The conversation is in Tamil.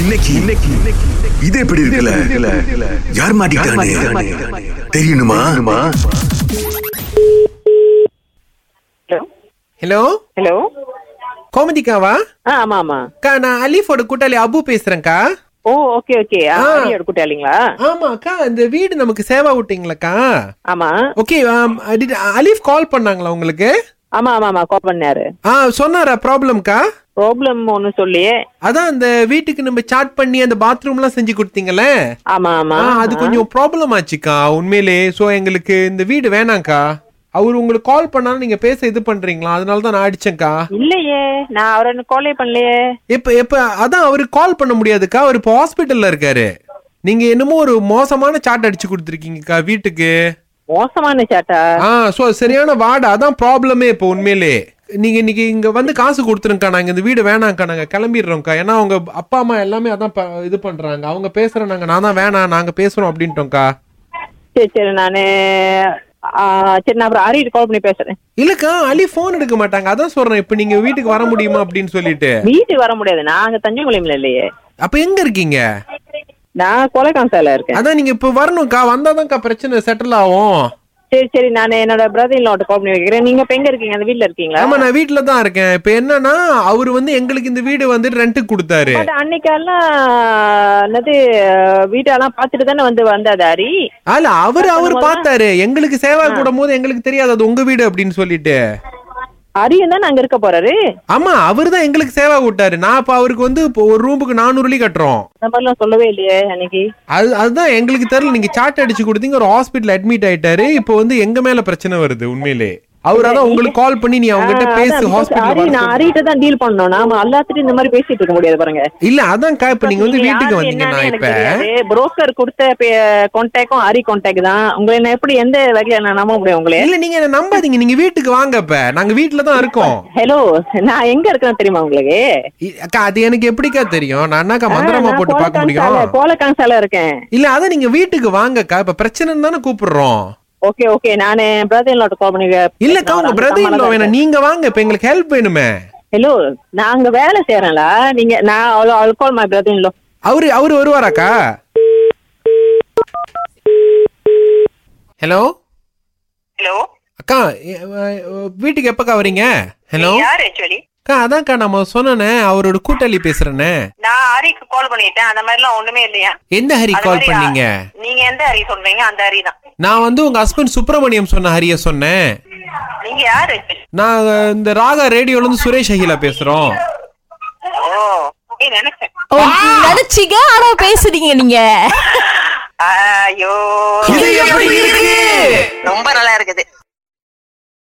இன்னைக்கு இன்னைக்கு இது எப்படி இருக்குல்ல யார் மாட்டிக்கிட்டானே தெரியணுமா ஹலோ ஹலோ ஹலோ கோமதிக்காவா ஆ ஆமா ஆமா அக்கா நான் அலீஃபோட கூட்டாளி அபு பேசுறேன்க்கா ஓ ஓகே ஓகே ஆ. எடுக்கட்டாளிங்களா ஆமா அக்கா இந்த வீடு நமக்கு சேவா விட்டீங்களாக்கா ஆமா ஓகே அலீஃப் கால் பண்ணாங்களா உங்களுக்கு ஆமா ஆமா ஆமா கோல் பண்ணாரு ஆ சொன்னாரா ப்ராப்ளம்க்கா ப்ராப்ளம் ஒன்னு சொல்லியே அதான் அந்த வீட்டுக்கு நம்ம சாட் பண்ணி அந்த பாத்ரூம்லாம் செஞ்சு கொடுத்தீங்களே ஆமா ஆமா ஆ, அது கொஞ்சம் ப்ராப்ளம் ஆச்சுக்கா உண்மையிலே சோ எங்களுக்கு இந்த வீடு வேணாம்க்கா அவர் உங்களுக்கு கால் பண்ணாலும் நீங்க பேச இது பண்றீங்களா அதனால தான் நான் அடிச்சேன்க்கா இல்லையே நான் அவரை இன்னும் காலே பண்ணலையே இப்ப இப்ப அதான் அவருக்கு கால் பண்ண முடியாதுக்கா அவர் இப்போ ஹாஸ்பிட்டல்ல இருக்காரு நீங்க என்னமோ ஒரு மோசமான சாட் அடிச்சு கொடுத்துருக்கீங்கக்கா வீட்டுக்கு மோசமான சாட்டா ஆ சோ சரியான வாடா அதான் ப்ராப்ளமே இப்போ உண்மையிலே நீங்க இன்னைக்கு இங்க வந்து காசு கொடுத்துருங்கக்கா நாங்க இந்த வீடு வேணாம்க்கா நாங்க கிளம்பிடுறோம்க்கா ஏன்னா அவங்க அப்பா அம்மா எல்லாமே அதான் ப- இது பண்றாங்க அவங்க பேசுறோம் நாங்க நான் தான் வேணாம் நாங்க பேசுறோம் அப்படின்ட்டோம்க்கா சரி சரி நானு ஆ, சரி நான் அப்புறம் ஆரியர் கால் பண்ணி பேசுறேன் இல்லக்கா அலி ஃபோன் எடுக்க மாட்டாங்க அதான் சொல்றேன் இப்ப நீங்க வீட்டுக்கு வர முடியுமா அப்படின்னு சொல்லிட்டு வீட்டுக்கு வர முடியாது நாங்க தஞ்சங்குளியில இல்லையே அப்ப எங்க இருக்கீங்க நான் கொலைக்காசால இருக்கேன் அதான் நீங்க இப்ப வரணும்க்கா வந்தாதான்க்கா பிரச்சனை செட்டில் ஆகும் சரி சரி நான் என்னோட பிரதர் இன்னோட கால் பண்ணி வைக்கிறேன் நீங்க இப்ப எங்க இருக்கீங்க அந்த வீட்ல இருக்கீங்களா ஆமா நான் வீட்ல தான் இருக்கேன் இப்ப என்னன்னா அவர் வந்து எங்களுக்கு இந்த வீடு வந்து ரெண்ட்டுக்கு கொடுத்தாரு பட் அன்னைக்கெல்லாம் என்னது வீட்டெல்லாம் பார்த்துட்டு தானே வந்து வந்தாரு ஹரி அல்ல அவர் அவர் பண்ணும்போது- பார்த்தாரு எங்களுக்கு சேவா கூடும் போது எங்களுக்கு தெரியாது அது உங்க வீடு அப்படின்னு சொல்லிட்டு ஹரியும் தான் அங்க இருக்க போறாரு ஆமா அவர் தான் எங்களுக்கு சேவா கூட்டாரு நான் இப்ப அவருக்கு வந்து இப்போ ஒரு ரூமுக்கு நானூறு கட்டுறோம் அந்த மாதிரிலாம் சொல்லவே இல்லையே அன்னைக்கு அது அதுதான் எங்களுக்கு தெரியல நீங்க சாட் அடிச்சு கொடுத்தீங்க ஒரு ஹாஸ்பிட்டல் அட்மிட் ஆயிட்டாரு இப்போ வந்து எங்க மேல பிரச்சனை வருது உண்மையிலே அவர் அதான் உங்களுக்கு கால் பண்ணி நீ அவங்ககிட்ட ஆ, பேசு அதான் because ஹரி ஹாஸ்பிட்டல் நான் ஹரிட்ட தான் டீல் பண்ணணும் நாம எல்லாத்துட்டும் இந்த மாதிரி பேசிட்டு இருக்க முடியாது பாருங்க இல்ல அதான்க்கா இப்ப நீங்க வந்து வீட்டுக்கு யாரு வந்தீங்கன்னா என்னன்னு எனக்கு இப்ப தெரியாது. broker கொடுத்த கான்டாக்டும் ஹரி கான்டாக்ட் தான் உங்களை நான் எப்படி எந்த வகையில நான் நம்ப முடியும் உங்களே இல்ல நீங்க என்ன நம்பாதீங்க நீங்க வீட்டுக்கு வாங்க இப்ப நாங்க வீட்டுல தான் இருக்கோம் ஹலோ நான் எங்க இருக்கிறேன் தெரியுமா உங்களுக்கு இ- அக்கா அது எனக்கு எப்படிக்கா தெரியும் நான் என்னக்கா மந்திரமா போட்டு பார்க்க முடியும் கோலக்காங்கால கோலக்காங்கால இருக்கேன் இல்ல அத நீங்க வீட்டுக்கு வாங்கக்கா இப்ப பிரச்சனைன்னு தானே கூப்பிடுறோம் ஓகே ஓே நானு பிரதர் இன் கால் பண்ணி இல்லக்கா உங்க பிரதர் இல்ல வேணாம் நீங்க வாங்க இப்ப எங்களுக்கு ஹெல்ப் வேணுமே ஹலோ நாங்க வேலை செய்யறேன்ல நீங்க நான் அவ்வளோ கால் மை பிரதர் இன் அவரு அவரு வருவாராக்கா ஹலோ ஹலோ அக்கா எ- அ, வீட்டுக்கு எப்பக்கா வரீங்க ஹலோ யார் ஆக்சுவலி அக்கா அதான்க்கா நம்ம சொன்னனே அவரோட கூட்டாளி பேசுறேனே நான் ஹரிக்கு கால் பண்ணிட்டேன் அந்த மாதிரிலாம் ஒண்ணுமே இல்லையா எந்த ஹரி அது கால் மாதிரி பண்ணீங்க நீங்க எந்த ஹரி சொல்றீங்க அந்த ஹரி தான் நான் வந்து உங்க ஹஸ்பண்ட் சுப்பிரமணியம் சொன்ன ஹரிய சொன்னேன் நீங்க யார் actually? நான் இந்த ராகா ரேடியோல இருந்து சுரேஷ் அகிலா பேசுறோம் ஓ ஏய், நினைச்சேன் ஓ, நினைச்சீங்க ஆனா பேசுறீங்க நீங்க ஐயோ இது எப்படி இருக்கு ரொம்ப நல்லா இருக்குது